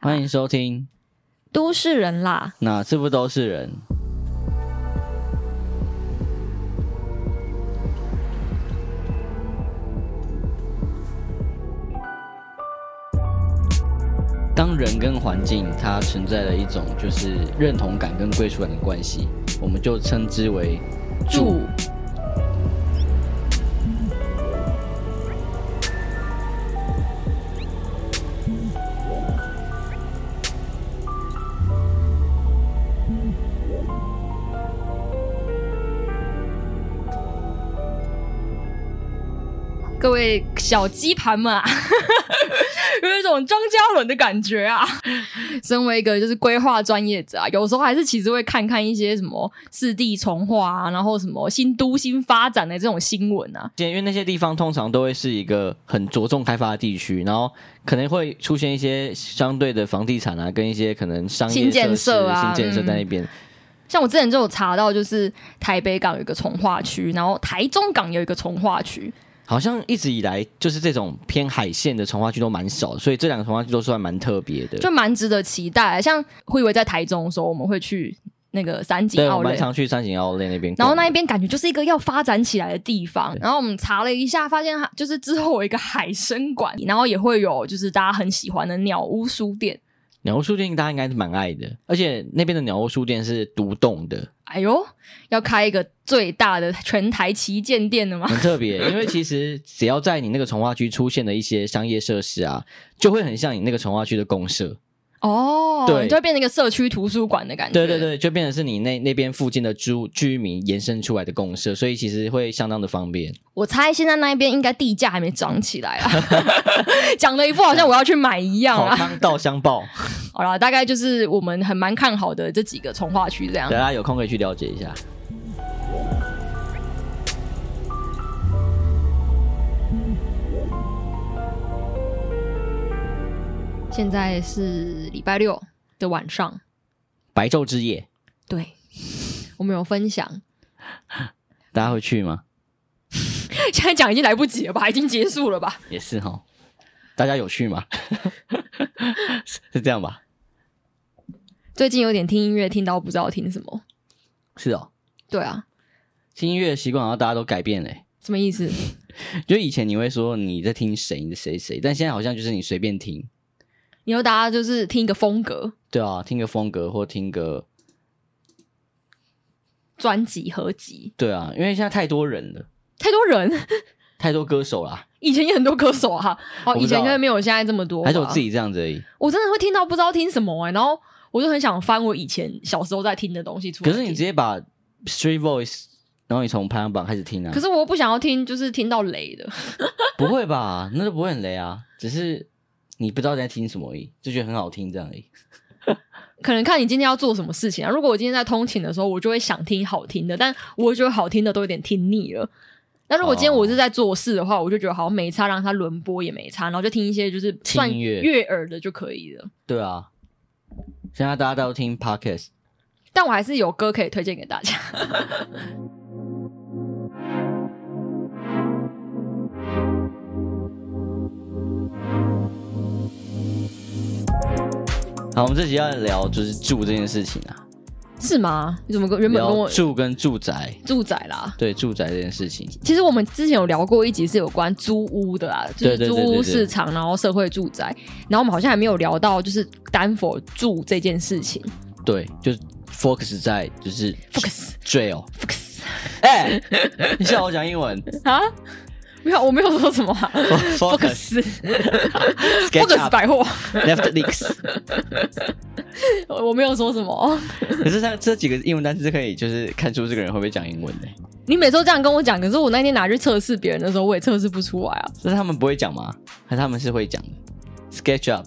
欢迎收听，都市人啦，哪次不都是人？当人跟环境它存在了一种就是认同感跟归属感的关系，我们就称之为住各位小鸡盘们啊， 有一种张嘉伦的感觉啊。身为一个就是规划专业者啊，有时候还是其实会看看一些什么四地重划啊，然后什么新都新发展的这种新闻啊。因为那些地方通常都会是一个很着重开发的地区，然后可能会出现一些相对的房地产啊，跟一些可能商业新建设施设啊新建设在那边。像我之前就有查到，就是台北港有一个重划区，然后台中港有一个重划区，好像一直以来就是这种偏海线的从化区都蛮少，所以这两个从化区都算蛮特别的。就蛮值得期待。啊像会以为在台中的时候，我们会去那个三井对，我奥蛮莱，常去三井奥莱那边逛的。然后那一边感觉就是一个要发展起来的地方对。然后我们查了一下，发现它就是之后有一个海参馆，然后也会有就是大家很喜欢的鸟屋书店。鸟屋书店大家应该是蛮爱的，而且那边的鸟屋书店是独栋的，哎呦，要开一个最大的全台旗舰店了吗？很特 别。因为其实只要在你那个从化区出现的一些商业设施啊，就会很像你那个从化区的公社。哦，对你就会变成一个社区图书馆的感觉。对对，对，就变成是你那那边附近的居居民延伸出来的公社，所以其实会相当的方便。我猜现在那一边应该地价还没涨起来啊，讲的一副好像我要去买一样好啊。康到相报， 好啦，大概就是我们很蛮看好的这几个从化区这样大。家有空可以去了解一下。现在是礼拜六的晚上，白昼之夜，对，我们有分享。 大家会去吗？现在讲已经来不及了吧？已经结束了吧？也是哈， 大家有去吗？ 是是这样吧？最近有点听音乐，听到不知道听什么。是哦，对啊，听音乐的习惯好像大家都改变嘞。什么意思？就以前你会说你在听谁，你的谁谁，但现在好像就是你随便听，你说大家就是听一个风格对啊，听个风格或听个，专辑合集，对啊，因为现在太多人了，太多人， 太多歌手啦，以前也很多歌手啊，我哦，不以知道前应该没有现在这么多啊吧。还是我自己这样子而已。我真的会听到不知道听什么哎、然后我就很想翻我以前小时候在听的东西出来可听。是你直接把 Street Voice，然后你从排行榜开始听啊可，是我又不想要听，就是听到雷的。 不会吧？那就不会很雷啊，只是你不知道在听什么而已，就觉得很好听这样而已。可能看你今天要做什么事情啊。如果我今天在通勤的时候，我就会想听好听的，但我觉得好听的都有点听腻了。那如果今天哦我是在做事的话，我就觉得好像没差，让它轮播也没差，然后就听一些就是轻算音乐悦耳的就可以了。对啊，现在大家都听 Podcast。但我还是有歌可以推荐给大家。好，我们这集要聊就是住这件事情啊，是吗？你怎么跟原本跟聊我住跟住宅，住宅啦？对住宅这件事情，其实我们之前有聊过一集是有关租屋的啦，就对是对对租对对屋市场，然后社会住宅，然后我们好像还没有聊到就是单否住这件事情。对，就是 focus 在就是 focus jail。 focus 哎、你笑我讲英 文啊？没有，我没有说什么、啊。 ，focus focus sketch focus 哦 up 百货， left leaks。我没有说什么。可是像这几个英文单词可以就是看出这个人会不会讲英文的、你每次都这样跟我讲，可是我那天拿去测试别人的时候，我也测试不出来啊。但是他们不会讲吗？还是他们是会讲的？sketch up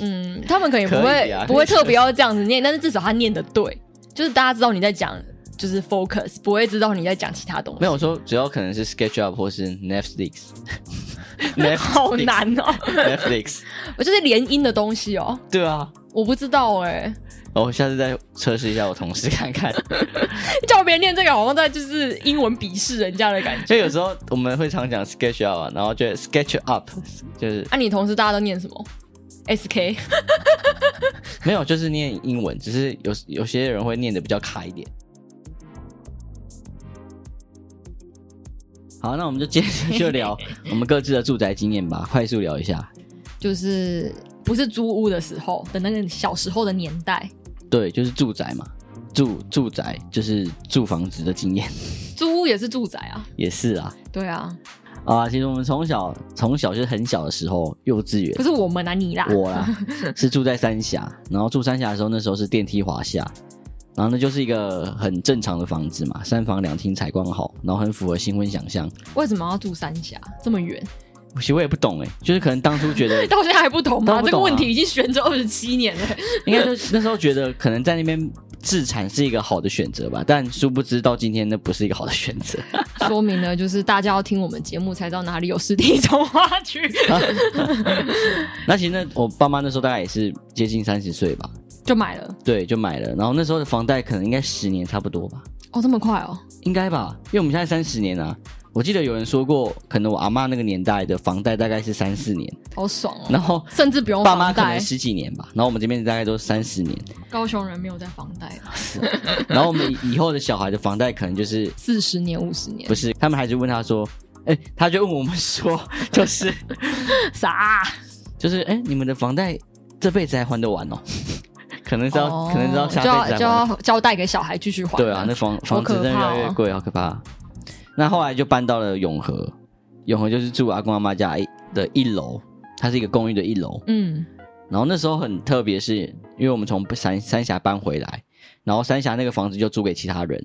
嗯，他们可能也不可会、以啊不会特别要这样子念，但是至少他念的对，就是大家知道你在讲就是 focus，不会知道你在讲其他东西。没有，我说主要可能是 sketch up 或是 Netflix。 好难哦， Netflix， 我就是连音的东西哦，对啊，哦我不知道哎、我下次再测试一下我同事看看。 叫别人念这个好像在就是英文鄙视人家的感觉。 就有时候我们会常讲 sketch up，啊然后就 sketch up，就是啊，你同事大家都念什么？S K 没有，就是念英文，只是有有些人会念的比较卡一点。好，那我们就接着就聊我们各自的住宅经验吧，快速聊一下。就是不是租屋的时候的那个小时候的年代，对，就是住宅嘛，住住宅就是住房子的经验租屋也是住宅啊。也是啊对啊，啊，其实我们从小从小就是很小的时候，幼稚园不是我们啊，你啦，我啦是住在三峡，然后住三峡的时候，那时候是电梯滑下，然后那就是一个很正常的房子嘛，三房两厅采光好，然后很符合新婚想象。为什么要住三峡这么远？ 其实我也不懂哎、就是可能当初觉得到现在还不懂吗？当然不这个懂啊问题已经悬着二十七年 了。应该是那时候觉得可能在那边自产是一个好的选择吧，但殊不知到今天那不是一个好的选择。 说明了，就是大家要听我们节目才知道哪里有湿地中花 区，那其实那我爸妈那时候大概也是接近三十岁吧，就买了。对，就买了。然后那时候的房贷可能应该十年差不多吧，哦，这么快哦？应该吧，因为我们现在三十年啊。我记得有人说过，可能我阿妈那个年代的房贷大概是三四年，好爽哦！然后甚至不用爸妈房可贷能，十几年吧，然后我们这边大概都三十年，高雄人没有在房贷，然后我们以以后的小孩的房贷可能就是四十年、五十年 不，是，他们还是问他说，哎、他就问我们说， 就是啥？就是哎、你们的房贷这辈子还还得完哦？ 可能是要，可能是要哦就下辈要子就才还。要交代给小孩继续还。对啊，那房房子真的越来越好可怕哦贵，好可怕。那后来就搬到了永和，永和就是住阿公阿妈家一的一楼，它是一个公寓的一楼。嗯，然后那时候很特别，是因为我们从三三峡搬回来，然后三峡那个房子就租给其他人，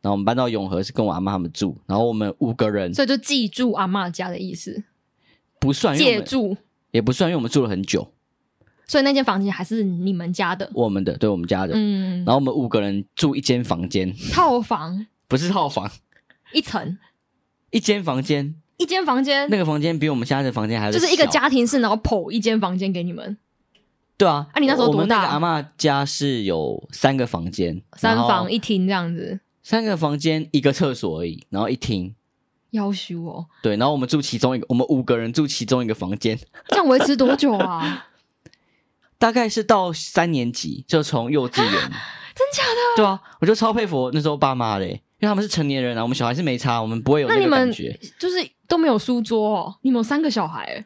然后我们搬到永和是跟我阿妈他们住，然后我们五个人所以就寄住阿嬷家的意思，不算，因为我借们住。也不算，因为我们住了很久，所以那间房间还是你们家的，我们的对我们家的，嗯然，后我们五个人住一间房间，套房不是套房，一层，一间房间，一间房间那个房间比我们现在的房间还就是一个小家庭式，然后剖一间房间给你们，对啊，啊你那时候我我多们那大个阿嬷家是有三个房间，三然后房一厅这样子，三个房间一个厕所而已，然后一厅。要修哦，对，然后我们住其中一个，我们五个人住其中一个房间，这样维持多久啊？ 大概是到三年级就从幼稚园， 真假的？对啊，我就超佩服我那时候爸妈的欸，因为他们是成年人啊，我们小孩是没差，我们不会有那那你个们感觉。就是都没有书桌哦，你们有三个小孩欸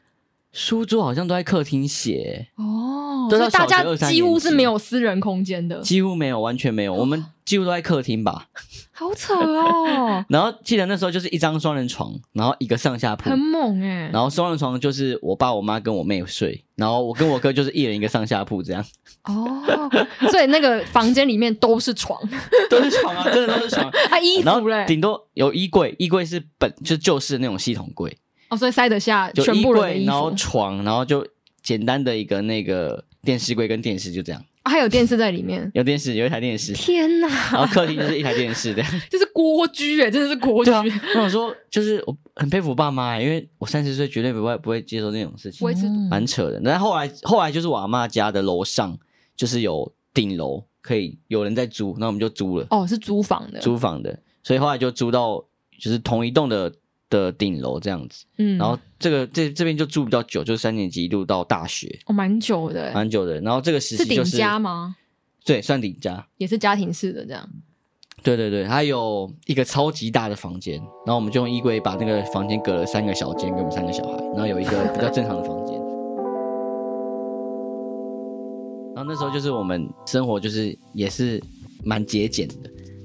书桌好像都在客厅写，哦，都所到以大小家学二三几乎年级是没有私人空间的，几乎没有，完全没有，我们几乎都在客厅吧。好扯 ，哦然后记得那时候就是一张双人床，然后一个上下铺很，猛 哎、然后双人床就是我爸、我妈跟我妹睡，然后我跟我哥就是一人一个上下铺，这样 哦，所以那个房间里面都是床都是床啊，真的都是床。啊，衣然后服嘞，顶多有衣柜，衣柜是本就是旧式的那种系统柜，哦，所以塞得下就全衣部人的柜，衣服，然后床，然后就简单的一个那个电视柜跟电视就这样，啊还有电视在 里面。有电视有一台电 视，天哪，然后客厅就是一台电视这 样。这是蜗居哎、真的是蜗 居 对，啊，那我说就是我很佩服我爸妈、欸因为我三十岁绝对不会不会接受那种事情维，持嗯蛮扯的。但后来后来就是我阿嬷家的楼上就是有顶楼，可以有人在租，那我们就租了、哦，是租房的，租房的，所以后来就租到就是同一栋的的顶楼这样子。嗯，然后这个这这边就住比较久，就是三年级一路到大学，哦，蛮久的欸、蛮久的。然后这个时是期顶就是家吗？对，算顶家。也是家庭式的这样。对对对，它有一个超级大的房间，然后我们就用衣柜把那个房间隔了三个小间，给我们三个小孩，然后有一个比较正常的房间。然后那时候就是我们生活就是也是蛮节俭的，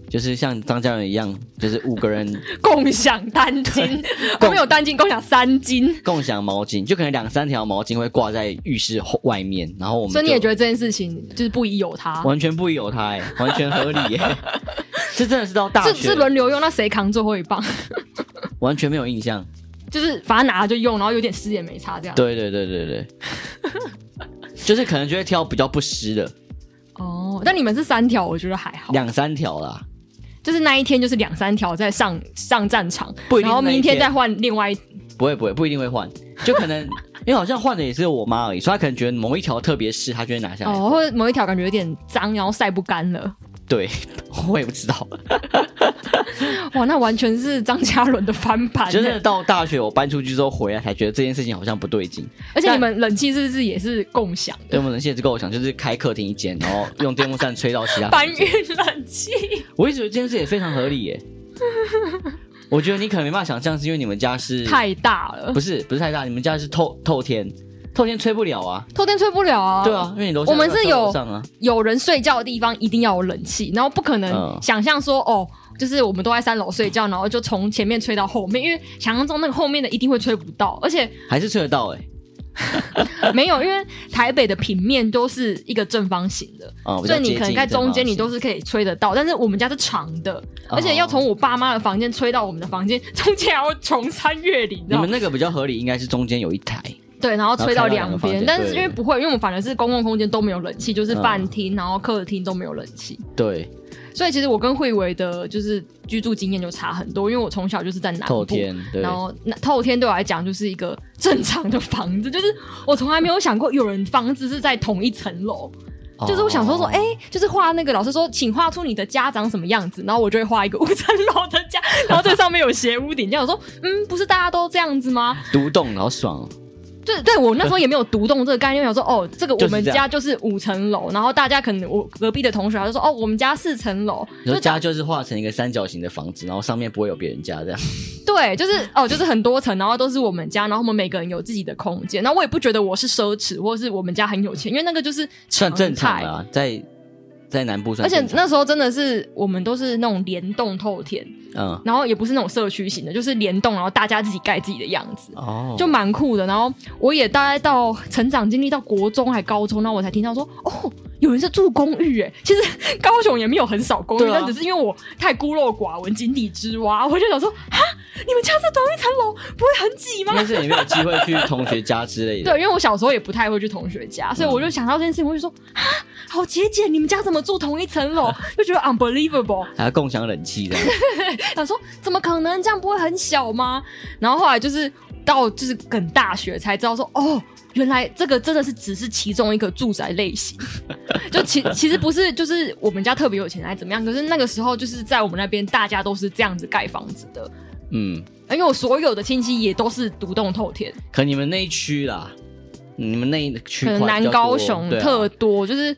就是像张家人一样，就是五个人共享单金， 我嗯共们有单金，共享三金，共享毛巾，就可能两三条毛巾会挂在浴室后外面，然后我们所以你也觉得得这件事情就是不宜有它，完全不宜有它、欸，完全合理耶、 这真的是到大是学是轮流用，那谁扛最后一棒？ 完全没有印象。就是反正拿了就用，然后有点湿也没擦这样。，对对对对对，就是可能就会挑比较不湿的哦，但你们是三条，我觉得还好，两三条啦，就是那一天就是两三条在上上战场，不一定然后那一明天天再换另外一。不会不会不一定会换，就可能因为好像换的也是我妈而已，所以她可能觉得哦某一条特别湿，她就会拿下来。哦，或者某一条感觉有点脏，然后晒不干了，对， 我也不知道。哇，那完全是张嘉伦的翻版欸，真的到大学我搬出去之后回来，才觉得这件事情好像不对劲。而且但你们冷气是不是也是共享的？对我们能限制构想就是开客厅一间，然后用电风扇吹到其 他搬运冷气，我一直觉得这件事也非常合理耶。我觉得你可能没办法想象，是因为你们家是太大了不，是不是太大，你们家是透透天，透天吹不了啊。偷天吹不了啊。对啊，，因为你楼下我们是到有楼上啊，有人睡觉的地方一定要有冷气，然后不可能嗯想象说、哦。就是我们都在三楼睡觉，然后就从前面吹到后面，因为想象中那个后面的一定会吹不到，而且还是吹得到哎。没有，因为台北的平面都是一个正方形的，哦，比所较以你接可能近在正中间方你形都是可以吹得到，但是我们家是长的，而且要从我爸妈的房间吹到我们的房间，中间还要重山越岭，你知你道吗们那个比较合理，应该是中间有一台，对，然后吹到两然后开到两边，个房间但是因为对不会，因为我们反而是公共空间都没有冷气，就是嗯饭厅、然后客厅都没有冷气，对，所以其实我跟慧维的就是居住经验就差很多，因为我从小就是在南透部。天，对，啊然后那透天对我来讲就是一个正常的房子，就是我从来没有想过有人房子是在同一层楼，就是我想说说，哦哎、就是画那个老师说，请画出你的家长什么样子，然后我就会画一个五层楼的家，然后最上面有斜屋顶，这样我说，嗯，不是大家都这样 子吗？独栋好爽哦，对，对我那时候也没有读懂这个概念，我想说，哦，这个就我是们这样家就是五层楼，然后大家可能我隔壁的同学他就说，哦，我们家四层楼，然就后家就是画成一个三角形的房子，然后上面不会有别人家这 样，对，就是哦，就是很多层，然后都是我们家，然后我们每个人有自己的空间，然后我也不觉得我是奢侈，或是我们家很有钱，因为那个就是算正常态的啊，在在南部算而且正常，那时候真的是我们都是那种联动透天，嗯，然后也不是那种社区型的，就是联动，然后大家自己盖自己的样子，哦，就蛮酷的。然后我也大概到成长经历到国中还高中，然后我才听到说，哦，有人是住公寓诶。其实高雄也没有很少公寓，对啊但只是因为我太孤陋寡闻、井底之蛙，我就想说，哈，你们家是同一层楼，不会很挤吗？但是也没有机会去同学家之类的， 对，因为我小时候也不太会去同学家，所以我就想到这件事情，我就说啊，好节俭，你们家怎么住同一层楼？就觉得 unbelievable，还要共享冷气 这样，想说怎么可能这样不会很小吗？然后后来就是到就是等大学才知道说哦。原来这个真的是只是其中一个住宅类型，就其其实不是，就是我们家特别有钱还是怎么样？可是那个时候就是在我们那边，大家都是这样子盖房子的，嗯，因为我所有的亲戚也都是独栋透天，可你们那一区啦，嗯你们那一区块可能南比较多高雄对啊特多，就是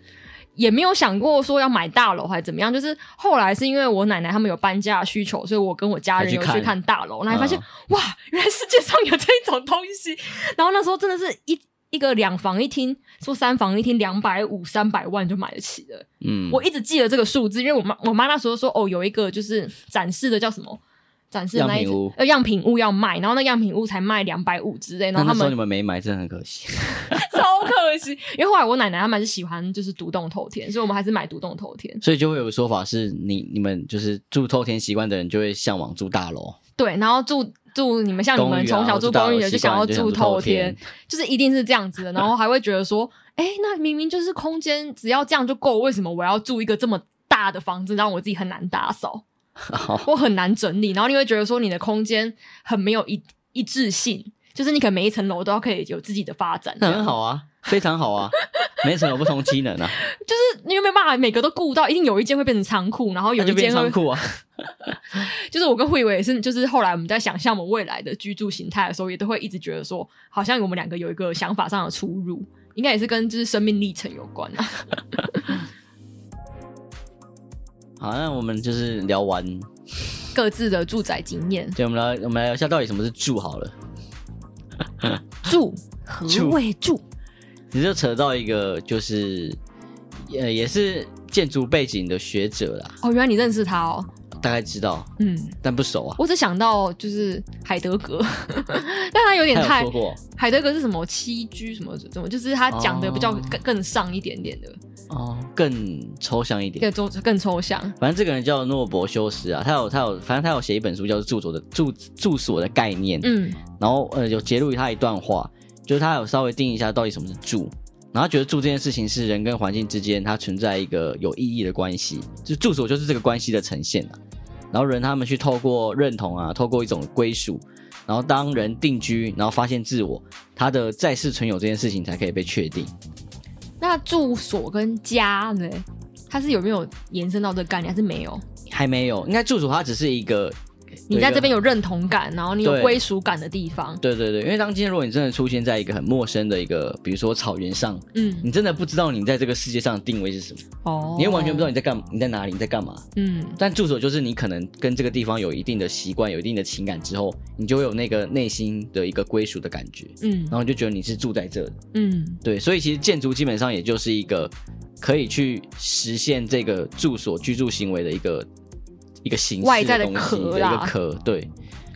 也没有想过说要买大楼还是怎么样。就是后来是因为我奶奶他们有搬家的需求，所以我跟我家人有才去去看看大楼，然后才发嗯现、哇，原来世界上有这种东西。然后那时候真的是一。一个两房一厅，说三房一厅两百五三百万就买得起了。嗯，我一直记得这个数字，因为我妈我妈那时候说，哦，有一个就是展示的叫什么展示的那一样品屋呃样品屋要卖，然后那样品屋才卖两百五之类，然那后他那时候们你们没买，真的很可惜， 超可惜。因为后来我奶奶他们还是喜欢就是独栋透天，所以我们还是买独栋透天。所以就会有个说法是你你们就是住透天习惯的人就会向往住大楼，对，然后住住你们像你公们寓啊从小或住住大公寓楼的，习就想要惯就住想住透透天天，就是一定是这样子的。然后还会觉得说，哎，那明明就是空间只要这样就够，为什么我要住一个这么大的房子，让我自己很难打 扫，我很难整理？然后你会觉得说你的空间很没有一一致性。就是你可能每一层楼都要可以有自己的发展，那很好啊，非常好啊，每层有不同机能啊，就是你有没有办法每个都顾到，一定有一间会变成仓库，然后 有那一就间变仓会库啊，就是我跟慧伟也是，就是后来我们在想象我们未来的居住形态的时候，也都会一直觉得说，好像我们两个有一个想法上的出入，应该也是跟就是生命历程有关啊。好，那我们就是聊完， 各自的住宅经验，对，我们来我们来聊一下到底什么是住好了。住何住谓住？你就扯到一个就是，呃，也是建筑背景的学者啦，哦，原来你认识他哦。大概知道，嗯，但不熟啊。我只想到就是海德格， 但他有点他太有说过海德格是什么七居什么什么，就是他讲的比较哦更更上一点点的，哦，更抽象一点。更抽更抽象。反正这个人叫诺伯修斯啊，他有他有，反正他有写一本书叫做《住所的住住所的概念》，嗯，然后呃有揭露他一段话，就是他有稍微定义一下到底什么是住，然后他觉得住这件事情是人跟环境之间它存在一个有意义的关系，就住所就是这个关系的呈现啊。然后人他们去透过认同啊，透过一种归属，然后当人定居，然后发现自我，他的在世存有这件事情才可以被确定。那住所跟家呢？它是有没有延伸到这个概念，还是没有？还没有，应该住所它只是一个。你在这边有有认同感，然后你有对归属感的地方一个，对对对，因为当今天如果你真的出现在一个很陌生的一个，比如说草原上，嗯，你真的不知道你在这个世界上的定位是什么，哦，嗯你也完全不知道，你在干你在哪里，你在干嘛。嗯，但住所就是你可能跟这个地方有一定的习惯，有一定的情感之后，你就会有那个内心的一个归属的感觉，嗯然，后你就觉得你是住在这里。嗯，对，所以其实建筑基本上也就是一个可以去实现这个住所居住行为的一个一个形式外在的的东西壳的一个啦壳，对。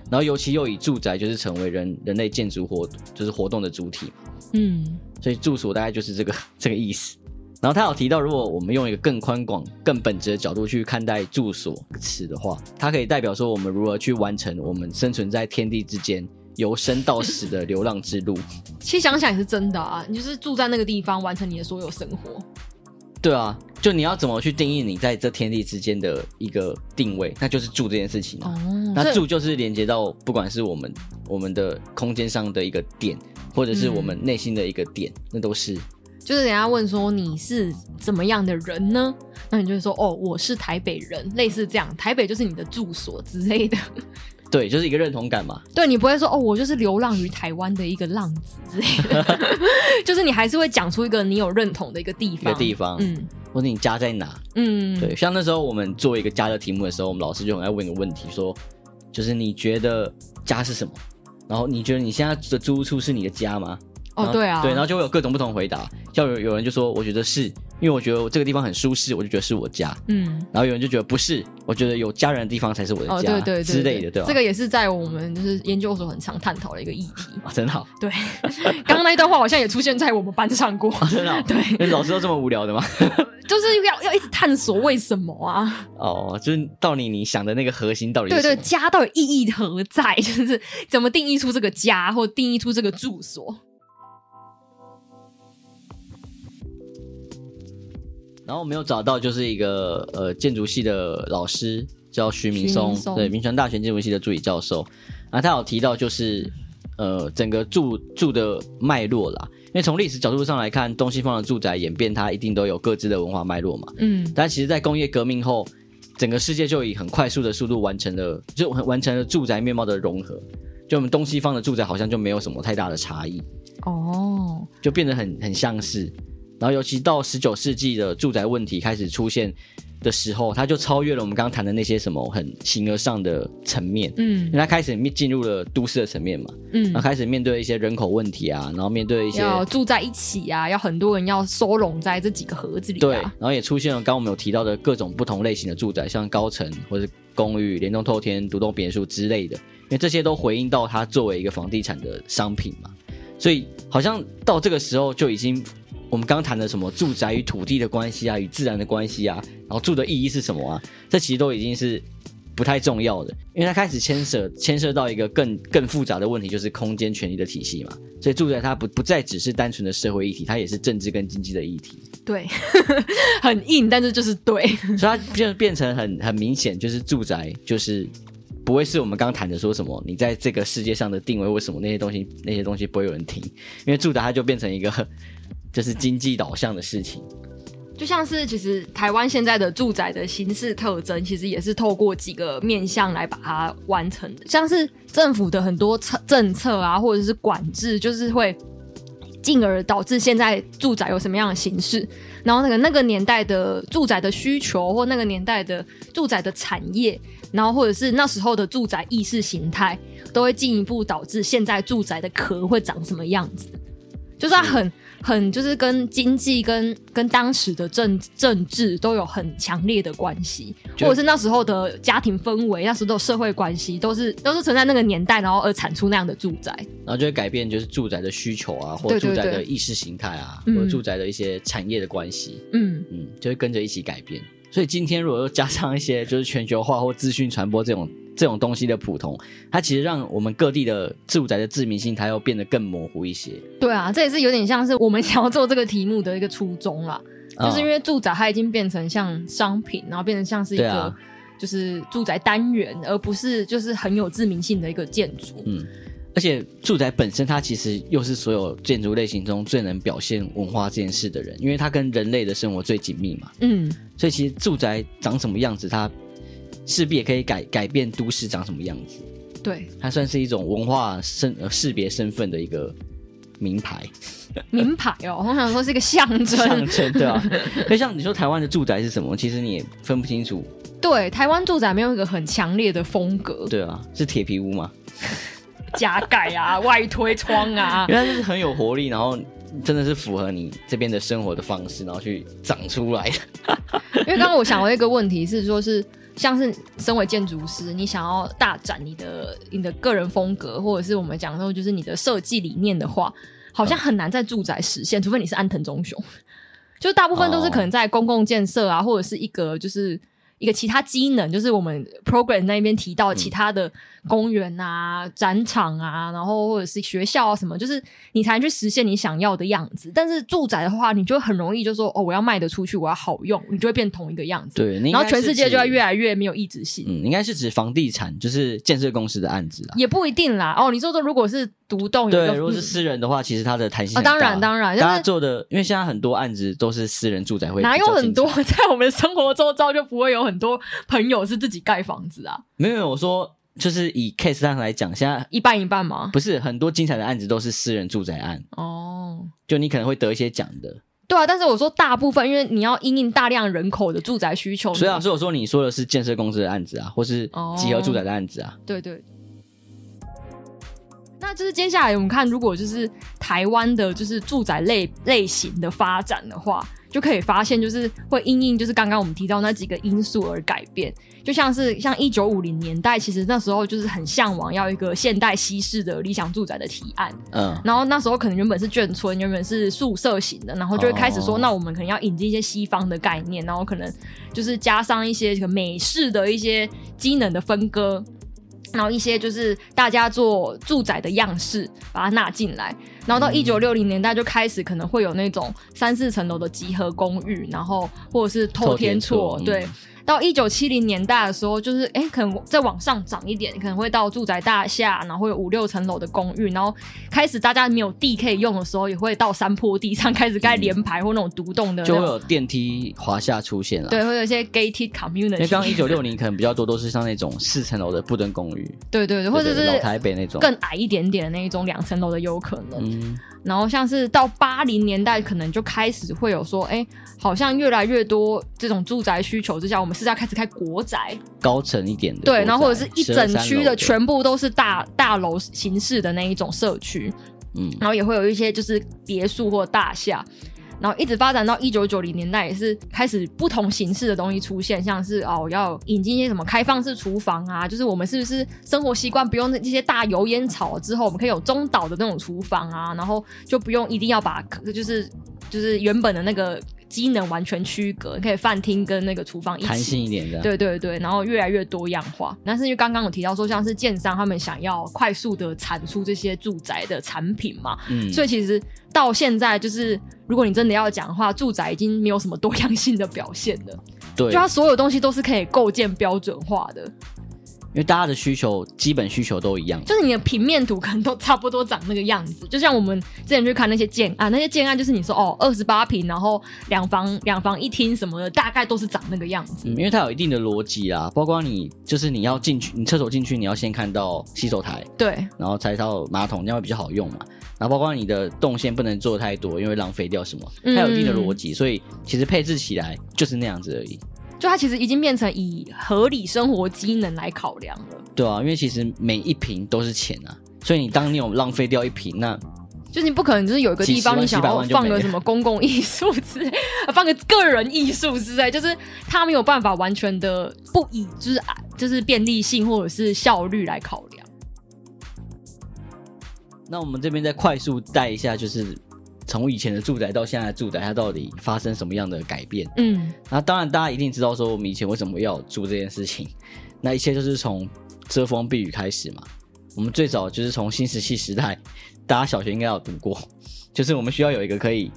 然后尤其又以住宅就是成为人人类建筑活就是活动的主体，嗯，所以住所大概就是这个这个意思。然后他有提到，如果我们用一个更宽广、更本质的角度去看待“住所”词的话，它可以代表说我们如何去完成我们生存在天地之间由生到死的流浪之路。其实想想也是真的啊，你就是住在那个地方，完成你的所有生活，对啊，就你要怎么去定义你在这天地之间的一个定位，那就是住这件事情啊、哦，那这住就是连接到不管是我们我们的空间上的一个点，或者是我嗯们内心的一个点，那都是就是人家问说你是怎么样的人呢？那你就会说哦，我是台北人，类似这样，台北就是你的住所之类的。 对，就是一个认同感嘛。对你不会说哦，我就是流浪于台湾的一个浪子之类的， 就是你还是会讲出一个你有认同的一个地一个方。地方，嗯或者你家在哪？嗯，对，像那时候我们做一个家的题目的时候，我们老师就很爱问一个问题，说就是你觉得家是什么？然后你觉得你现在的租屋处是你的家吗？然后哦对啊，对，然后就会有各种不同的回答。像有有人就说，我觉得是因为我觉得我这个地方很舒适，我就觉得是我家。嗯。然后有人就觉得不是，我觉得有家人的地方才是我的家、哦，对对对，之类的，对对吧？这个也是在我们就是研究所很常探讨的一个议题。 啊、真好，对，刚刚那一段话好像也出现在我们班上过，啊、真好，对，那老师都这么无聊的吗？ 就是要要一直探索为什么啊。哦，就是到底你想的那个核心到底是对什对，么？家到底意义何在？就是怎么定义出这个家，或定义出这个住所？然后我们有找到就是一个呃建筑系的老师叫徐明徐松，明松对，民传大学建筑系的助理教授。啊，他有提到就是呃整个住住的脉络啦，因为从历史角度上来看，东西方的住宅演变，它一定都有各自的文化脉络嘛。嗯但其实，在工业革命后，整个世界就以很快速的速度完成了，就很完成了住宅面貌的融合。就我们东西方的住宅好像就没有什么太大的差异，哦，就变得很很相似。然后，尤其到十九世纪的住宅问题开始出现的时候，它就超越了我们刚刚谈的那些什么很形而上的层面，因嗯为它开始面进入了都市的层面嘛，然后嗯，开始面对一些人口问题啊，然后面对一些要住在一起啊，要很多人要收拢在这几个盒子里、啊。对，然后也出现了刚刚我们有提到的各种不同类型的住宅，像高层或是公寓、联动透天、独栋别墅之类的，因为这些都回应到它作为一个房地产的商品嘛，所以好像到这个时候就已经。我们刚谈的什么住宅与土地的关系啊，与自然的关系啊，然后住的意义是什么啊？这其实都已经是不太重要的，因为它开始牵涉牵涉到一个更更复杂的问题，就是空间权力的体系嘛。所以住宅它不不再只是单纯的社会议题，它也是政治跟经济的议题。对， 很硬，但是就是对。所以它就变成很很明显，就是住宅就是不会是我们刚谈的说什么你在这个世界上的定位，为什么那些东西那些东西不会有人听？因为住宅它就变成一个就是经济导向的事情，就像是其实台湾现在的住宅的形式特征，其实也是透过几个面向来把它完成的，像是政府的很多策政策啊，或者是管制，就是会。进而导致现在住宅有什么样的形式，然后那个那个年代的住宅的需求，或那个年代的住宅的产业，然后或者是那时候的住宅意识形态，都会进一步导致现在住宅的壳会长什么样子。就是它很很就是跟经济跟跟当时的政政治都有很强烈的关系，就或者是那时候的家庭氛围、那时候的社会关系，都是都是存在那个年代，然后而产出那样的住宅。然后就会改变就是住宅的需求啊，或对者对住宅对的意识形态啊，嗯或者住宅的一些产业的关系，嗯，嗯，就会跟着一起改变。所以今天如果又加上一些就是全球化或资讯传播这种这种东西的普通，它其实让我们各地的住宅的自明性，它又变得更模糊一些。对啊，这也是有点像是我们想要做这个题目的一个初衷啦，就是因为为住宅它已经变成像商品，然后变成像是一对个、啊就是住宅单元，而不是就是很有自明性的一个建筑。嗯，而且住宅本身，它其实又是所有建筑类型中最能表现文化这件事的人，因为它跟人类的生活最紧密嘛。嗯，所以其实住宅长什么样子，它势必也可以改改变都市长什么样子。对，它算是一种文化身呃识别身份的一个名 牌名牌 哦，我想说是一个象象征，征。对吧、就像你说台湾的住宅是什么，其实你也分不清楚，对，台湾住宅没有一个很强烈的风格，对啊，是铁皮屋嘛？加盖啊、外推窗啊因，为它就是很有活力，然后真的是符合你这边的生活的方式，然后去长出来的。因为刚刚我想到一个问题是，说是像是身为建筑师，你想要大展你的你的个人风格，或者是我们讲说就是你的设计理念的话，好像很难在住宅实现，除非你是安藤忠雄。 就大部分都是可能在公共建设啊，或者是一个就是一个其他机能，就是我们 program 那边提到其他的公园啊、展场啊，然后或者是学校啊什么，就是你才能去实现你想要的样子。但是住宅的话，你就很容易就说哦，我要卖得出去，我要好用，你就会变同一个样子。对，你应然后该全是世界指就会越来越没有一致性，嗯，应该是指房地产，就是建设公司的案子啦。也不一定啦。哦，你说说，如果是独栋有对，一个，如果是嗯私人的话，其实它的弹性啊、很当大然当然，大家就是做的，因为现在很多案子都是私人住宅会哪比有较很精多彩？在我们生活周遭就不会有很多朋友是自己盖房子啊？没有，没有我说就是以 case 上来讲，现在一半一半吗？不是很多精彩的案子都是私人住宅案，哦，就你可能会得一些奖的。对啊，但是我说大部分，因为你要因应大量人口的住宅需求，所以啊，所以我说你说的是建设公司的案子啊，或是哦集合住宅的案子啊。对对。那就是接下来我们看，如果就是台湾的，就是住宅类类型的发展的话，就可以发现，就是会因应就是刚刚我们提到那几个因素而改变。就像是像一九五零年代，其实那时候就是很向往要一个现代西式的理想住宅的提案，嗯，然后那时候可能原本是眷村，原本是宿舍型的，然后就会开始说，哦那我们可能要引进一些西方的概念，然后可能就是加上一些美式的一些机能的分割。然后一些就是大家做住宅的样式，把它纳进来。然嗯后到一九六零年代就开始可能会有那种三四层楼的集合公寓，然后或者是透天厝，透天厝对嗯。到一九七零年代的时候，就是哎，可能再往上涨一点，可能会到住宅大厦，然后会有五六层楼的公寓，然后开始大家没有地可以用的时候，也会到山坡地上开始盖联排或那种独栋的那就种，会有电梯滑下出现了。对，会有一些 gated 因为刚刚 community，一九六零可能比较多都是像那种四层楼的不登公寓，对对对，或者对对老是台北那种。更矮一点点的那一种两层楼的也有可能。嗯，然后像是到八零年代，可能就开始会有说，哎，好像越来越多这种住宅需求之下，我们是不是要开始开国宅，高层一点的国宅，对，然后或者是一整12区三楼的全部都是大大楼形式的那一种社区，嗯然后也会有一些就是别墅或大厦，然后一直发展到一九九零年代，也是开始不同形式的东西出现，像是哦要引进一些什么开放式厨房啊，就是我们是不是生活习惯不用那这些大油烟草之后，我们可以有中岛的那种厨房啊，然后就不用一定要把就是就是原本的那个机能完全区隔，你可以饭厅跟那个厨房一弹起性。一点的。对对对，然后越来越多样化。但是因为刚刚有提到说，像是建商他们想要快速的产出这些住宅的产品嘛，嗯，所以其实到现在，就是如果你真的要讲的话，住宅已经没有什么多样性的表现了，对就，它所有东西都是可以构建标准化的，因为大家的需求基本需求都一样。就是你的平面图可能都差不多长那个样子。就像我们之前去看那些建案，那些建案就是你说哦，二十八平，然后两房两房一厅什么的，大概都是长那个样子。嗯，因为它有一定的逻辑啦，包括你就是你要进去，你厕所进去，你要先看到洗手台，对然后才到马桶，这样会比较好用嘛。然后包括你的动线不能做太多，因为浪费掉什么，嗯它有一定的逻辑，所以其实配置起来就是那样子而已，就它其实已经变成以合理生活机能来考量了。对啊，因为其实每一瓶都是钱啊，所以你当你有浪费掉一瓶，那就是你不可能就是有一个地方你几十想万要几百万就放没个了什么公共艺术 之类，放个个人艺术之类，就是他没有办法完全的不以就是啊就是便利性或者是效率来考量。那我们这边再快速带一下，就是从以前的住宅到现在的住宅，它到底发生什么样的改变？嗯，那当然，大家一定知道说我们以前为什么要做这件事情，那一切就是从遮风避雨开始嘛。我们最早就是从新石器时代，大家小学应该有读过，就是我们需要有一个可以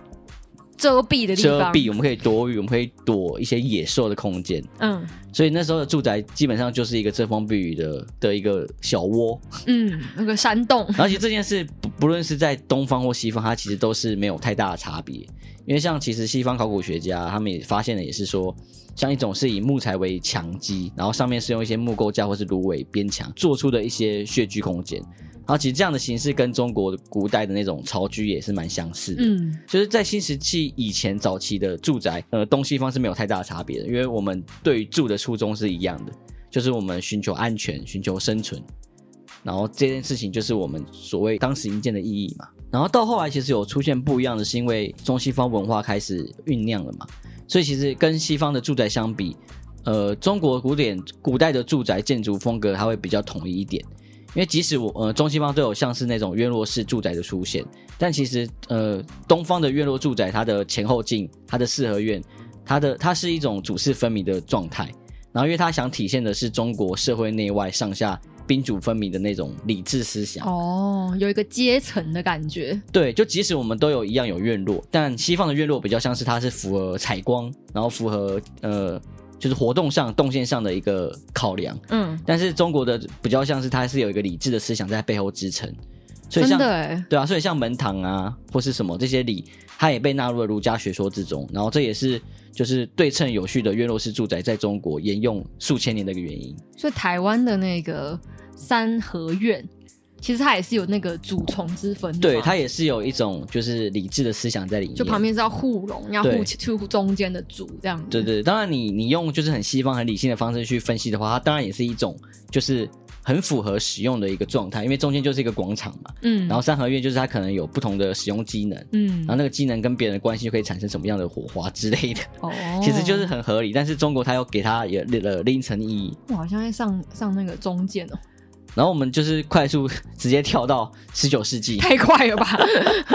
遮蔽的地遮方，蔽，我们可以躲雨，我们可以躲一些野兽的空间。嗯所以那时候的住宅基本上就是一个遮风避雨的的一个小窝。嗯，那个山洞，然后其实这件事不不论是在东方或西方，它其实都是没有太大的差别。因为像其实西方考古学家他们也发现了，也是说，像一种是以木材为墙基，然后上面是用一些木构架或是芦苇编墙做出的一些穴居空间。然后其实这样的形式跟中国古代的那种巢居也是蛮相似的。嗯就是在新石器以前早期的住宅，呃，东西方是没有太大的差别的，因为我们对于住的初衷是一样的，就是我们寻求安全，寻求生存。然后这件事情就是我们所谓当时营建的意义嘛。然后到后来其实有出现不一样的，是因为中西方文化开始酝酿了嘛，所以其实跟西方的住宅相比，呃，中国古典古代的住宅建筑风格它会比较统一一点。因为即使我呃中西方都有像是那种院落式住宅的出现，但其实呃东方的院落住宅它的前后进、它的四合院、它的它是一种主次分明的状态。然后因为它想体现的是中国社会内外上下宾主分明的那种理智思想。哦，有一个阶层的感觉，对，就即使我们都有一样有院落，但西方的院落比较像是它是符合采光，然后符合呃就是活动上、动线上的一个考量。嗯，但是中国的比较像是它是有一个理智的思想在背后支撑，所以真像的哎，对啊，所以像门堂啊或是什么这些礼，它也被纳入了儒家学说之中。然后这也是就是对称有序的院落式住宅在中国沿用数千年的一个原因。所以台湾的那个三合院，其实它也是有那个主从之分的嘛，对，它也是有一种就是理智的思想在里面。就旁边是要护龙，要对护出中间的主这样子，对对，对当然你你用就是很西方很理性的方式去分析的话，它当然也是一种就是很符合使用的一个状态，因为中间就是一个广场嘛。嗯，然后三合院就是它可能有不同的使用机能，嗯然后，那个机能跟别人的关系可以产生什么样的火花之类的，哦，其实就是很合理。但是中国它又给它也了另一层意义。我好像在上上那个中间哦， 然后我们就是快速 直接跳到十九世纪，太快了吧？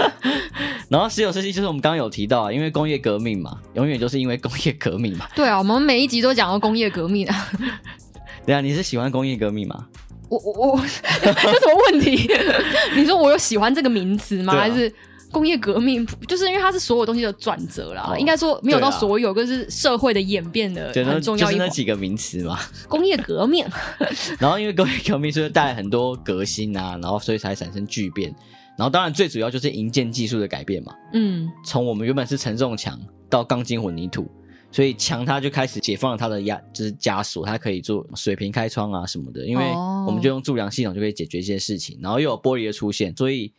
然后十九世纪就是我们刚刚有提到啊，因为工业革命嘛，永远就是因为工业革命嘛。对啊，我们每一集都讲到工业革命啊，对啊，你是喜欢工业革命吗？我我 我，这什么问题？ 你说我有喜欢这个名词吗？对啊还是工业革命？就是因为它是所有东西的转折啦，哦应该说没有到对啊所有，就是社会的演变的对，那呃很就重要是一环。那几个名词嘛。工业革命，然后因为工业革命就是带来很多革新啊，然后所以才产生巨变。然后当然最主要就是营建技术的改变嘛，嗯，从我们原本是承重墙到钢筋混凝土，所以墙它就开始解放了它的压，就是枷锁，它可以做水平开窗啊什么的，因为哦我们就用柱梁系统就可以解决一些事情。然后又有玻璃的出现，所以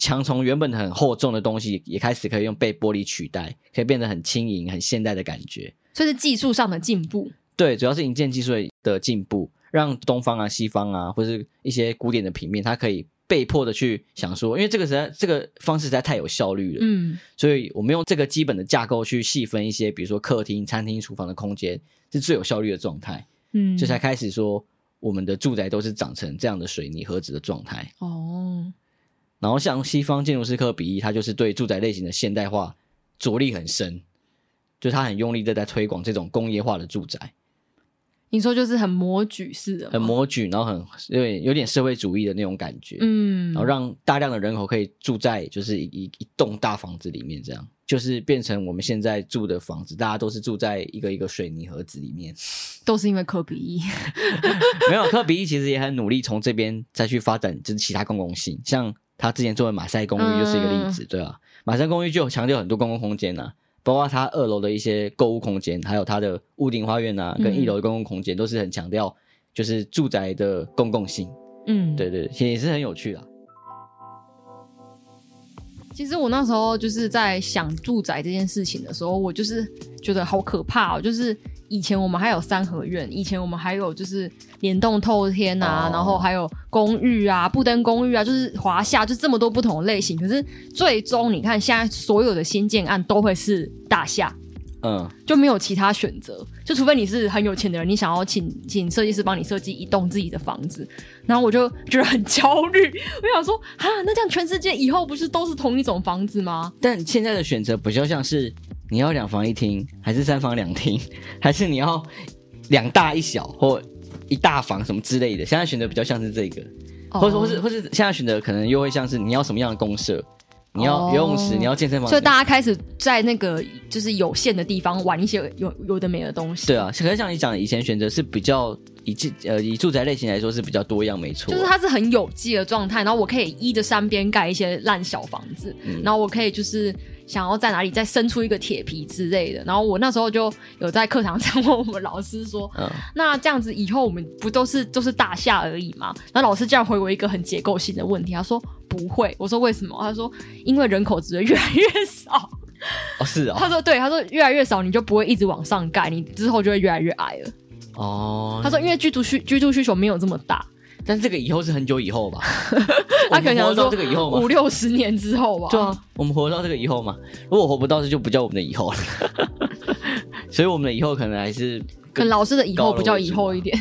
墙从原本很厚重的东西也开始可以用被玻璃取代，可以变得很轻盈、很现代的感觉。所以是技术上的进步。对，主要是营建技术的进步，让东方啊、西方啊，或是一些古典的平面，它可以被迫的去想说，因为这个实在这个方式实在太有效率了，嗯，所以我们用这个基本的架构去细分一些，比如说客厅、餐厅、厨房的空间是最有效率的状态，嗯，这、才开始说我们的住宅都是长成这样的水泥盒子的状态。哦，然后像西方建筑师科比一，他就是对住宅类型的现代化着力很深，就他很用力的在推广这种工业化的住宅。你说就是很模矩式的，很，模具，然后很有点有点社会主义的那种感觉，嗯，然后让大量的人口可以住在就是一一一栋大房子里面，这样就是变成我们现在住的房子，大家都是住在一个一个水泥盒子里面。都是因为科比一，没有科比一其实也很努力从这边再去发展，就是其他公共性，像他之前做的马赛公寓就是一个例子，对吧、啊？马赛公寓就有强调很多公共空间呐、啊。包括它二楼的一些购物空间，还有它的屋顶花园啊，跟一楼的公共空间，都是很强调就是住宅的公共性。嗯，对对，对也是很有趣啦。啊其实我那时候就是在想住宅这件事情的时候，我就是觉得好可怕哦。就是以前我们还有三合院，以前我们还有就是联动透天啊，哦然后还有公寓啊、布登公寓啊，就是华夏，就这么多不同的类型。可是最终你看，现在所有的新建案都会是大厦，嗯，就没有其他选择，就除非你是很有钱的人，你想要请请设计师帮你设计一栋自己的房子，然后我就觉得很焦虑， 我想说啊，那这样全世界以后不是都是同一种房子吗？但现在的选择比较像是你要两房一厅，还是三房两厅， 还是你要两大一小或一大房什么之类的。现在哦选择比较像是这个，或者或是或是现在选择可能又会像是你要什么样的公社，你要哦游泳池，你要健身房，所以大家开始在那个就是有限的地方玩一些有有的没的东西。对，啊，可是像你讲，以前选择是比较以住呃以住宅类型来说是比较多样，没错。啊就是它是很有机的状态，然后我可以依着山边盖一些烂小房子，嗯然后我可以就是想要在哪里再伸出一个铁皮之类的。然后我那时候就有在课堂上问我们老师说，嗯，那这样子以后我们不都是都是大厦而已吗？然后老师竟然回我一个很结构性的问题，他说不会，我说为什么？他说因为人口只会越来越少。哦是哦，他说对，他说越来越少，你就不会一直往上盖，你之后就会越来越矮嗯了。哦，他说因为居住需居住需求没有这么大，但这个以后是很久以 后吧？他可能哦我们活到想说这个以后五吗？六十年之后吧。对啊，我们活到这个以后嘛，如果活不到这就不叫我们的以后了。 所以我们的以后可能还是可能老师的以高后了比较为以主后啊一点，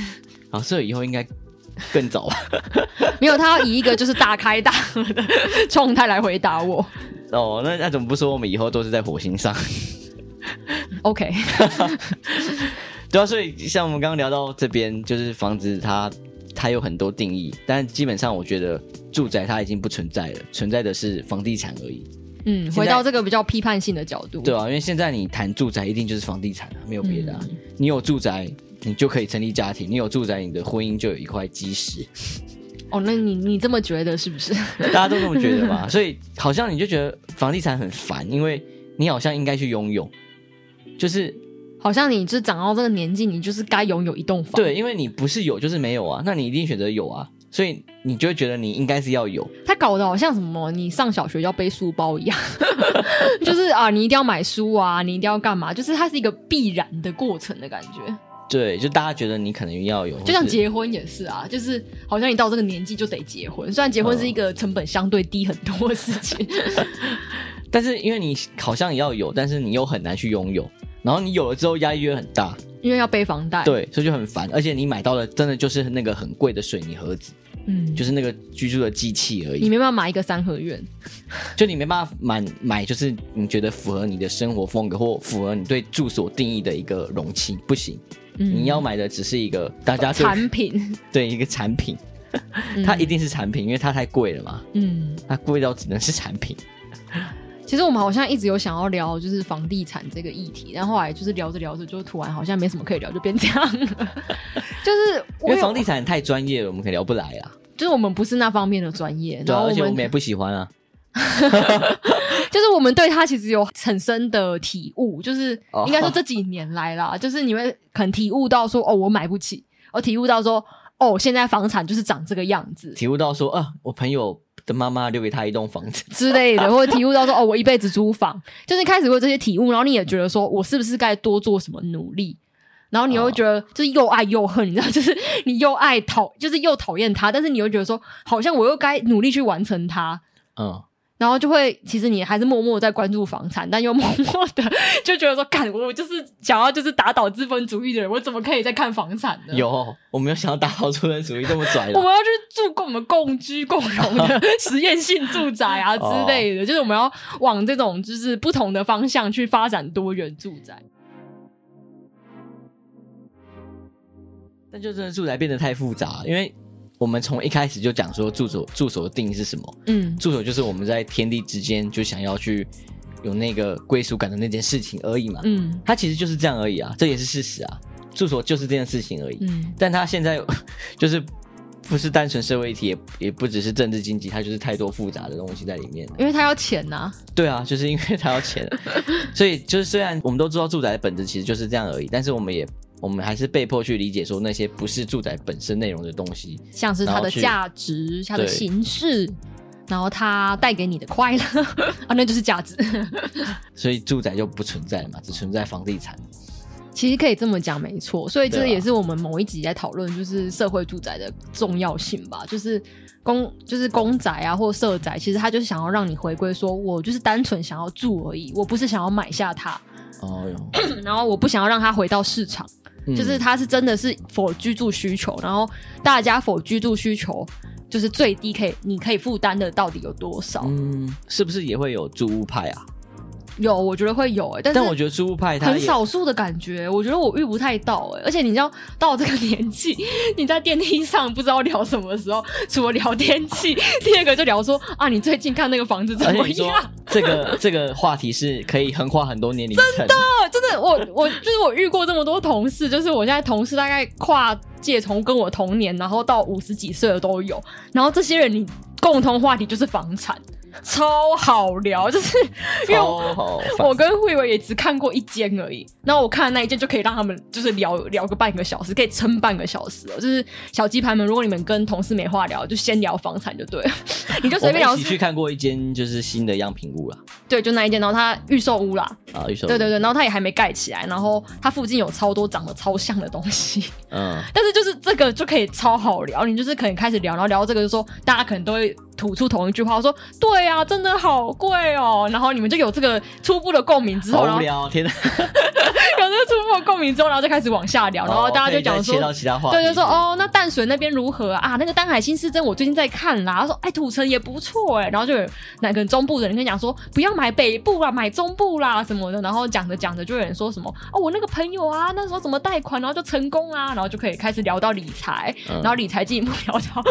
啊，所以以后应该更早吧？ 没有他要以一个就是大开大合的状态来回答我。哦，那那怎么不说我们以后都是在火星上？ OK，对啊，所以像我们刚刚聊到这边，就是房子它它有很多定义，但基本上我觉得住宅它已经不存在了，存在的是房地产而已，嗯，现回在到这个比较批判性的角度，对啊，因为现在你谈住宅一定就是房地产啊，没有别的、啊嗯你有住宅，你就可以成立家庭；你有住宅，你的婚姻就有一块基石。哦，那你你这么觉得是不是？大家都这么觉得嘛，所以好像你就觉得房地产很烦，因为你好像应该去拥有，就是好像你就长到这个年纪，你就是该拥有一栋房。，对，因为你不是有就是没有啊，那你一定选择有啊，所以你就会觉得你应该是要有。他搞得好像什么你上小学要背书包一样， 就是啊，你一定要买书啊，你一定要干嘛？就是它是一个必然的过程的感觉，哦对，就大家觉得你可能要有，就像或是结婚也是啊，就是好像你到这个年纪就得结婚，虽然结嗯婚是一个成本相对低很多的事 情，但是因为你好像也要有，但是你又很难去拥有，然后你有了之后压力又很大，因为要背房贷。，对，所以就很烦。而且你买到的真的就是那个很贵的水泥盒子，嗯，就是那个居住的机器而你已，没办法买一个三合院，就你没办法买买，就是你觉得符合你的生活风格或符合你对住所定义的一个容器，不行，嗯你要买的只是一个大家对产 品，对一个产品，它一定是产品，因为它太贵了嘛，嗯。它贵到只能是产 品。其实我们好像一直有想要聊就是房地产这个议题，但后来就是聊着聊着就突然好像没什么可以聊，就变这样了。就是 因我为有房地产太专业了，我们可能聊不来啊。就是我们不是那方面的专业，对然啊，后而且我们们也不喜欢啊。就是我们对它其实有很深的体悟，就是哦应该说这几年来啦， 就是你会很体悟到说哦，我买不起，我体悟到说哦，现在房产就是长这个样子体悟到说啊，我朋友的妈妈留给他一栋房子，之类的，或者体悟到说哦，我一辈子租房，就是开始会有这些体悟，然后你也觉得说我是不是该多做什么努力？然后你又觉得就是又爱又恨，你知道，就是你又爱讨， 就是又讨厌它，但是你又觉得说好像我又该努力去完成它，嗯， 然后就会，其实你还是默默在关注房产，但又默默的就觉得说，干，我就是想要就是打倒资本主义的人，我怎么可以再看房产呢？，有，我没有想要打好出人主义这么拽我 了们。要去住共我们共居共荣 的实验性住宅啊之类的，就是我们要往这种就是不同的方向去发展多元住宅。但就真的住宅变得太复杂，因为我们从一开始就讲说住所住所定义是什么，嗯住所就是我们在天地之间就想要去有那个归属感的那件事情而已嘛。嗯它其实就是这样而已啊，这也是事实啊，住所就是这件事情而已。嗯，但它现在就是不是单纯社会议题，也也不只是政治经济，它就是太多复杂的东西在里面。因为他要钱呐、对啊，就是因为他要 钱，所以就是虽然我们都知道住宅的本质其实就是这样而已，但是我们也我们还是被迫去理解说那些不是住宅本身内容的东西。像是它然后的去价值、它的对形式，然后它带给你的快乐 啊，那就是价值。所以住宅就不存在嘛，只存在房地产。其实可以这么讲，没错。所以这对啊也是我们某一集在讨论，就是社会住宅的重要性吧。就是公，就是公宅啊，或社宅，其实他就是想要让你回归，说我就是单纯想要住而已，我不是想要买下它， 哦哟，然后我不想要让它回到市场，嗯就是它是真的是否居住需求，然后大家否居住需求。就是最嗯低可以，你可以负担的到底有多少？嗯，是不是也会有住屋派啊？有，我觉得会有、欸，但是但我觉得猪派它很也少数的感觉，我觉得我遇不太到哎、而且你知道，到我这个年纪， 你在电梯上不知道聊什么的时候，除了聊天气， 第二个就聊说啊，你最近看那个房子怎而且么哎你说样？这个 这个话题是可以横跨很多年龄层，哦， 真的，我我就是我遇过这么多同事，就是我现在同事大概跨界从跟我同年，然后到五十几岁的都有，然后这些人你共同话题就是房产，超好聊，就是因为我超好烦。我跟慧伟也只看过一间而已，然后我看的那一间就可以让他们就是聊聊个半个小时，可以撑半个小时哦。就是小鸡排们，如果你们跟同事没话聊，就先聊房产就对了， 你就随我便们聊一起。去看过一间就是新的样品屋啦，对，就那一间，然后它预售屋啦，啊，预售屋对对，对，然后它也还没盖起来，然后它附近有超多长得超像的东西， 嗯，但是就是这个就可以超好聊，你就是可能开始聊，然后聊到这个就说大家可能都会吐出同一句话，说对啊，真的好贵哦，然后你们就有这个初步的共鸣之后，然好无后聊，啊天哪！ 有这个触碰共鸣之后，然后就开始往下 聊，然后大家就讲哦可以再说切，到其他话题，对，就说哦，那淡水那边如何啊？啊那个淡海新市镇我最近在看啦，他说哎，土城也不错哎，然后就有哪个中部的人跟你讲说不要买北部啦，买中部啦什么的，然后讲着讲着就有人说什么哦，我那个朋友啊，那时候怎么贷款，然后就成功啊，然后就可以开始聊到理财，嗯，然后理财进一步 聊到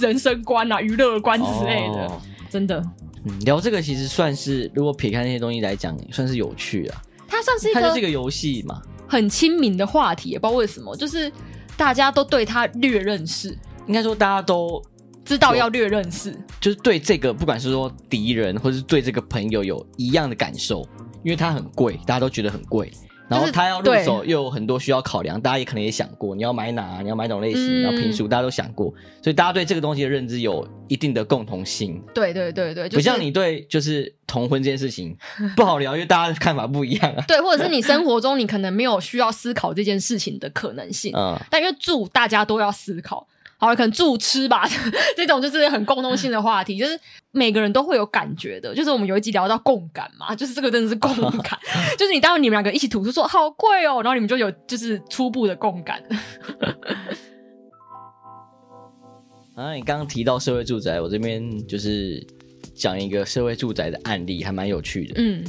人生观啊、娱乐观之类的，哦真的，嗯聊这个其实算是，如果撇开那些东西来讲，算是有趣啊。它算是一它个就是一个游戏嘛，很亲民的话题，也不知道为什么，就是大家都对他略认识，应该说大家都知道要略认识。就是对这个，不管是说敌人，或是对这个朋友有一样的感受，因为它很贵，大家都觉得很贵。然后它要入手又有很多需要考量，大家也可能也想过，你要买哪，你要买哪种类型，嗯然后评书大家都想过，所以大家对这个东西的认知有一定的共同性，对对对对，就是、不像你对就是同婚这件事情不好聊，因为大家的看法不一样 啊。对，或者是你生活中你可能没有需要思考这件事情的可能性，嗯，但因为住大家都要思考。好了，可能住吃吧， 这种就是很共通性的话题，就是每个人都会有感觉的。就是我们有一集聊到共感嘛，就是这个真的是共 感，就是你当你们两个一起吐出说好贵哦，然后你们就有就是初步的共感。然后啊你刚刚提到社会住宅，我这边就是讲一个社会住宅的案例，还蛮有趣的。 嗯，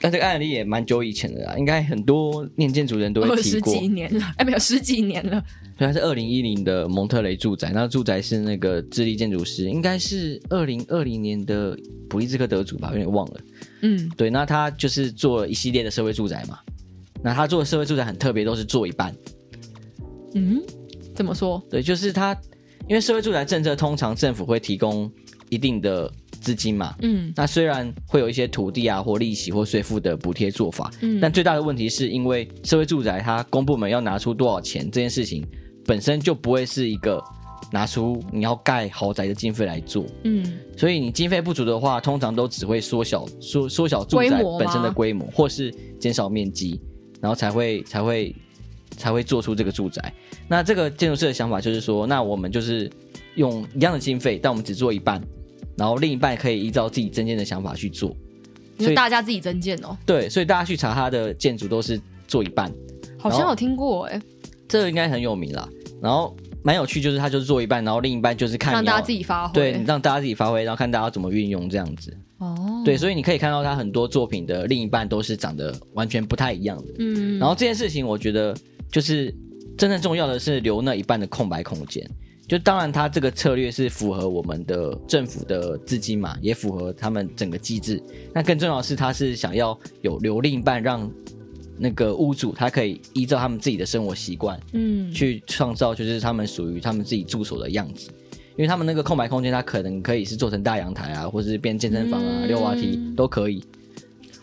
但这个案例也蛮久以前的啦，应该很多念建筑人都我会有提十过。几年了，哎，没有十几年了。对，它是二零一零的蒙特雷住宅，那住宅是那个智利建筑师，应该是二零二零年的普利兹克得主吧，有点忘了。嗯对，那他就是做了一系列的社会住宅嘛。那他做的社会住宅很特别，都是做一半。嗯，怎么说？对，就是他，因为社会住宅政策通常政府会提供一定的资金嘛，嗯那虽然会有一些土地啊或利息或税负的补贴做法，嗯但最大的问题是因为社会住宅它公部门要拿出多少钱这件事情本身就不会是一个拿出你要盖豪宅的经费来做，嗯所以你经费不足的话，通常都只会缩小缩缩小住宅规模吗本身的规模，或是减少面积，然后才会才会才会做出这个住宅。那这个建筑师的想法就是说，那我们就是用一样的经费，但我们只做一半，然后另一半可以依照自己增建的想法去做。所你说以大家自己增建哦，对，所以大家去查他的建筑都是做一半，好像有听过哎、这个应该很有名啦。然后蛮有趣，就是他就是做一半，然后另一半就是看让你要大家自己发挥。对你让大家自己发挥，然后看大家怎么运用这样子。哦，对，，所以你可以看到他很多作品的另一半都是长得完全不太一样的。嗯，然后这件事情，我觉得就是真正重要的是留那一半的空白空间。就当然，他这个策略是符合我们的政府的资金嘛，也符合他们整个机制。那更重要的是，他是想要有留另一半，让那个屋主他可以依照他们自己的生活习惯，嗯，去创造就是他们属于他们自己住所的样子，因为他们那个空白空间，它可能可以是做成大阳台啊，或是变健身房啊、嗯溜滑梯都可以。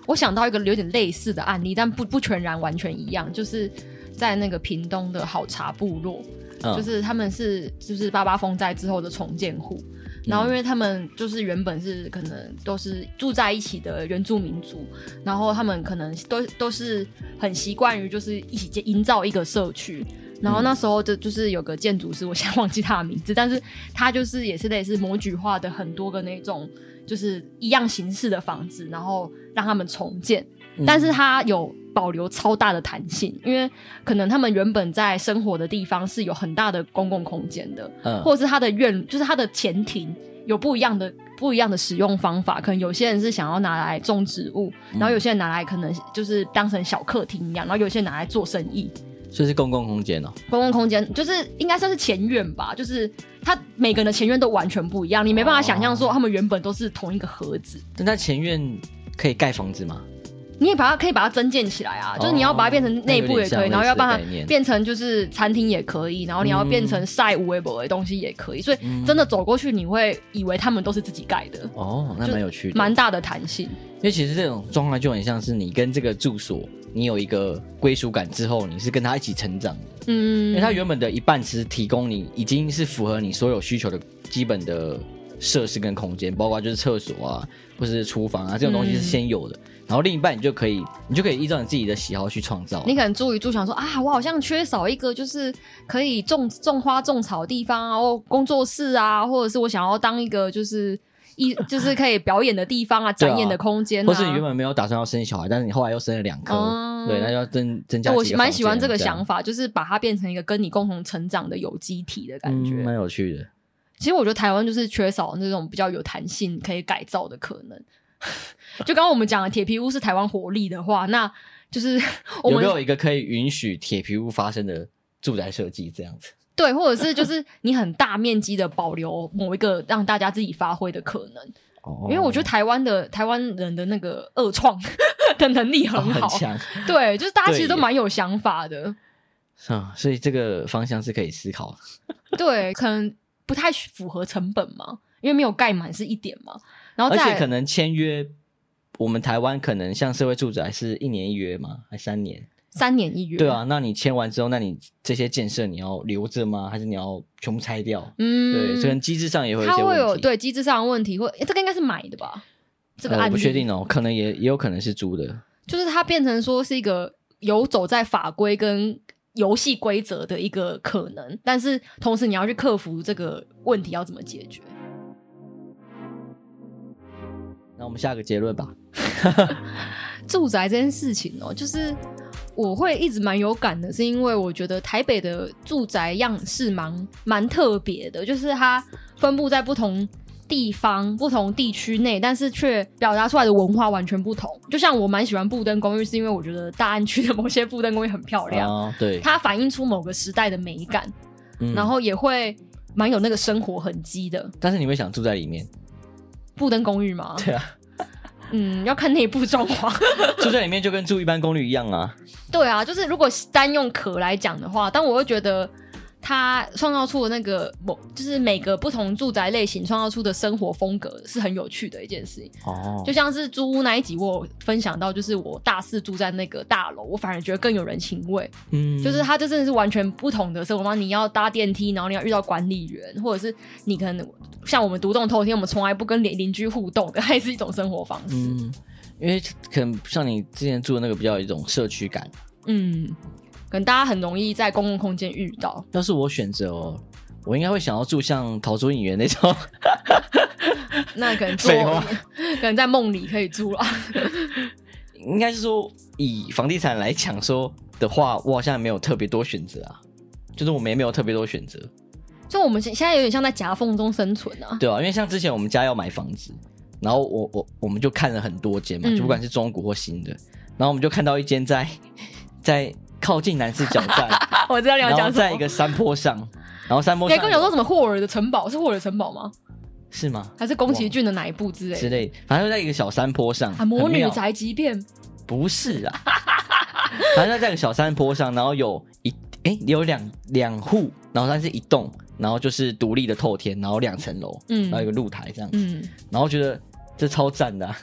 我想到一个有点类似的案例，但不不全然完全一样，就是在那个屏东的好茶部落，嗯，就是他们是就是八八风灾之后的重建户，嗯然后因为他们就是原本是可能都是住在一起的原住民族，然后他们可能都都是很习惯于就是一起建营造一个社区。然后那时候就就是有个建筑师，我现在忘记他的名字，但是他就是也是类似模具化的很多个那种，就是一样形式的房子，然后让他们重建。嗯但是它有保留超大的弹性，因为可能他们原本在生活的地方是有很大的公共空间的，嗯或者是它的院，就是它的前庭有不一样的不一样的使用方法。可能有些人是想要拿来种植物，然后有些人拿来可能就是当成小客厅一样，然后有些人拿来做生意。所以是公共空间哦。公共空间就是应该算是前院吧，就是它每个人的前院都完全不一样，你没办法想象说他们原本都是同一个盒子。但它前院可以盖房子吗？你也把它可以把它增建起来啊，就是你要把它变成内部也可哦哦那有点像以，然后要类把似的概它念变成就是餐厅也可以，然后你要变成晒无微博的东西也可以，所以嗯真的走过去你会以为他们都是自己盖的，哦，那就蛮有趣的。蛮大的弹性。因为其实这种状态就很像是你跟这个住所，你有一个归属感之后，你是跟他一起成长的。因为嗯，它原本的一半其实提供你已经是符合你所有需求的基本的设施跟空间，包括就是厕所啊，或是厨房啊这种东西是先有的。嗯然后另一半你就可以，你就可以依照你自己的喜好去创造。你可能住一住想说啊，我好像缺少一个就是可以种种花种草的地方啊，或工作室啊，或者是我想要当一个就是一 就是可以表演的地方啊，对啊展演的空间、啊，或是你原本没有打算要生小孩，但是你后来又生了两颗，哦对，那就要增增加我几个蛮喜欢这个想房法，就是把它变成一个跟你共同成长的有机体的间，感觉。嗯蛮、有趣的。其实我觉得台湾就是缺少那种比较有弹性可以改造的可能。 就刚刚我们讲的铁皮屋是台湾活力的话，那就是 我有们没有一个可以允许铁皮屋发生的住宅设计这样子？对，或者是就是你很大面积的保留某一个让大家自己发挥的可能，哦因为我觉得台湾的台湾人的那个恶创 的能力哦很好，很强对，就是大家对其实都耶蛮有想法的。啊，所以这个方向是可以思考的。 对，可能不太符合成本嘛，因为没有盖满是一点嘛，然后而再且可能签约，我们台湾可能像社会住宅是一年一约嘛，还三年？三年一月，对，啊，那你签完之后，那你这些建设你要留着吗？还是你要全部拆掉？嗯，对，这跟机制上也会有一它些问会题。有对机制上的问题，或诶这个应该是买的吧？这个呃、案我例、不确，定哦，可能也也有可能是租的。就是它变成说是一个游走在法规跟。游戏规则的一个可能，但是同时你要去克服这个问题，要怎么解决？那我们下个结论吧。住宅这件事情哦，就是我会一直蛮有感的，是因为我觉得台北的住宅样式蛮蛮特别的，就是它分布在不同地方、不同地区内，但是却表达出来的文化完全不同。就像我蛮喜欢布登公寓，是因为我觉得大安区的某些布登公寓很漂亮，啊，对，它反映出某个时代的美感，嗯然后也会蛮有那个生活痕迹的。但是你会想住在里 面？布登公寓嘛，对啊，嗯，要看内部装潢。住在里面就跟住一般公寓一样啊。对啊，就是如果单用壳来讲的话，但我会觉得它创造出的那个某，就是每个不同住宅类型创造出的生活风格是很有趣的一件事情。哦就像是租屋那一集，我有分享到，就是我大四住在那个大楼，我反而觉得更有人情味。嗯就是它这真的是完全不同的生活方式。你要搭电梯，然后你要遇到管理员，或者是你可能像我们独栋透天，我们从来不跟邻邻居互动的，它也是一种生活方式。嗯，因为可能像你之前住的那个比较有一种社区感。嗯，可能大家很容易在公共空间遇到。要是我选择哦，我应该会想要住像逃出影园那种， 那可能做废话， 可能在梦里可以住了。应该是说以房地产来讲说的话，我好像没有特别多选择啊，就是我们也没有特别多选择，就我们现现在有点像在夹缝中生存啊。对啊，因为像之前我们家要买房子，然后我我我们就看了很多间嘛，嗯就不管是中古或新的，然后我们就看到一间在在靠近南市角 站， 我知道你要然后讲什在一么。个山坡上，然后山坡你还上哎跟我讲说什么霍尔的城堡是霍尔的城堡吗？是吗？还是宫崎骏的哪一部之类之的？类，反正就在一个小山坡上，啊，魔很女妙宅急便，不是啊， 反正在这个小山坡上，然后有一哎、有两两户，然后但是一栋，然后就是独立的透天，然后两层楼，嗯然后有个露台这样，嗯，然后觉得这超赞的、啊，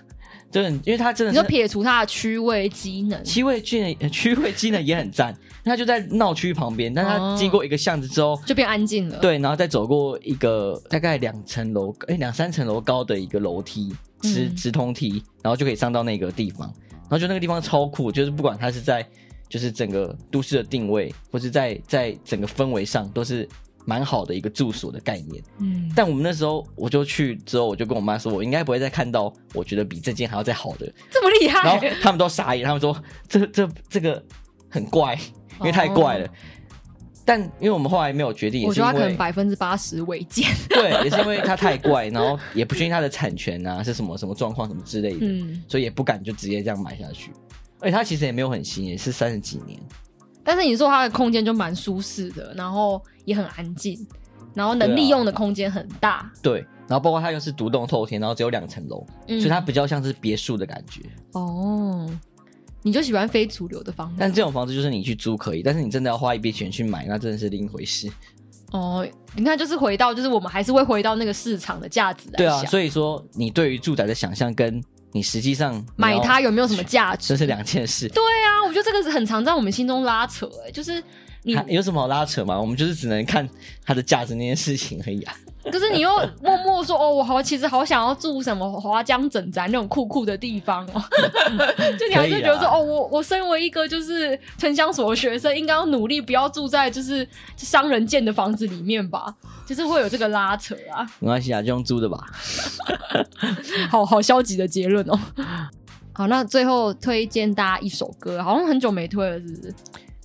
这很因为它真你的说是撇除它的区位机能，七位居呢，区位机呢也很赞，它就在闹区旁边，但它哦经过一个巷子之后。就变安静了。，对，然后再走过一个大概两层楼，哎，两三层楼高的一个楼梯，直嗯直通梯，然后就可以上到那个地方。然后就那个地方超酷，就是不管它是在就是整个都市的定位，或是在在整个氛围上，都是蛮好的一个住所的概念。嗯，但我们那时候我就去之后，我就跟我妈说，我应该不会再看到我觉得比这间还要再好 的。这么厉然后害，他们都傻眼，他们说这这这个很怪，因为太怪了。但因为我们后来没有决定，也哦我是觉得因他可能为百分之八十违建。 对，也是因为它太怪，然后也不确定它的产权啊是什么什么状况什么之类的，嗯，所以也不敢就直接这样买下去。而且它其实也没有很新，也是三十几年。但是你说它的空间就蛮舒适的，然后也很安静，然后能对啊利用的空间很大。对，然后包括它又是独栋透天，然后只有两层楼，嗯所以它比较像是别墅的感觉。哦，你就喜欢非主流的房子但这种房子就是你去租可以，但是你真的要花一笔钱去买，那真的是另一回事。哦？你看，就是回到，就是我们还是会回到那个市场的价值来对啊，想所以说你对于住宅的想象跟你实际上你买要它有没有什么价值？这是两件事。对啊，我觉得这个是很常在我们心中拉扯、欸，就是你还有什么好拉扯嘛？我们就是只能看它的价值那件事情而已啊。可是你又默默说哦，我好其实好想要住什么华江整宅那种酷酷的地方哦，嗯 就你还是觉得可以啊说啦哦，我我身为一个就是城乡所的学生，应该要努力不要住在就是商人建的房子里面吧，就是会有这个拉扯啊，没关系啊，就用租的吧。 好好消极的结论哦。 好，那最后推荐大家一首歌，好像很久没推了，是不是？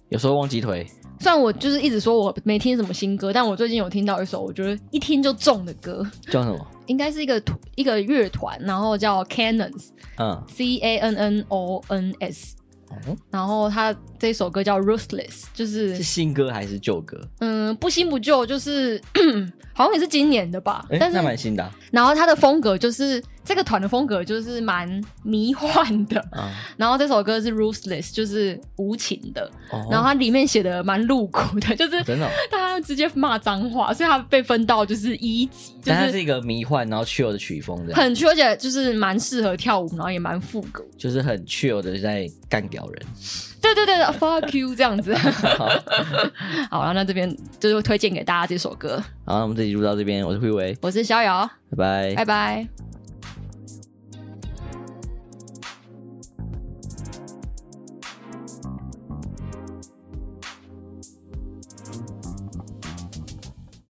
有时候忘记推，虽然我就是一直说我没听什么新歌，但我最近有听到一首我觉得一听就中的歌，叫什么？应该是一个团一个乐团，然后叫 Cannons。嗯， C A N N O N S，哦然后他这首歌叫 Ruthless，就是是新歌还是旧歌？嗯不新不旧，就是 好像也是今年的吧哎、，但那蛮是新的啊。然后他的风格就是这个团的风格就是蛮迷幻的，啊然后这首歌是 Ruthless，就是无情的，哦然后它里面写的蛮露骨的， 就是真的哦他直接骂脏话，所以他被分到就是一级，就但它是是一个迷幻然后 chill 的曲风，这样很缺，而且就是蛮适合跳舞，然后也蛮复古，就是很 chill 的在干掉人。对对 对对，fuck you 这样子。好了，那这边就是推荐给大家这首歌。好，那我们这集就到这边，我是慧维，我是逍遥，拜拜拜。拜。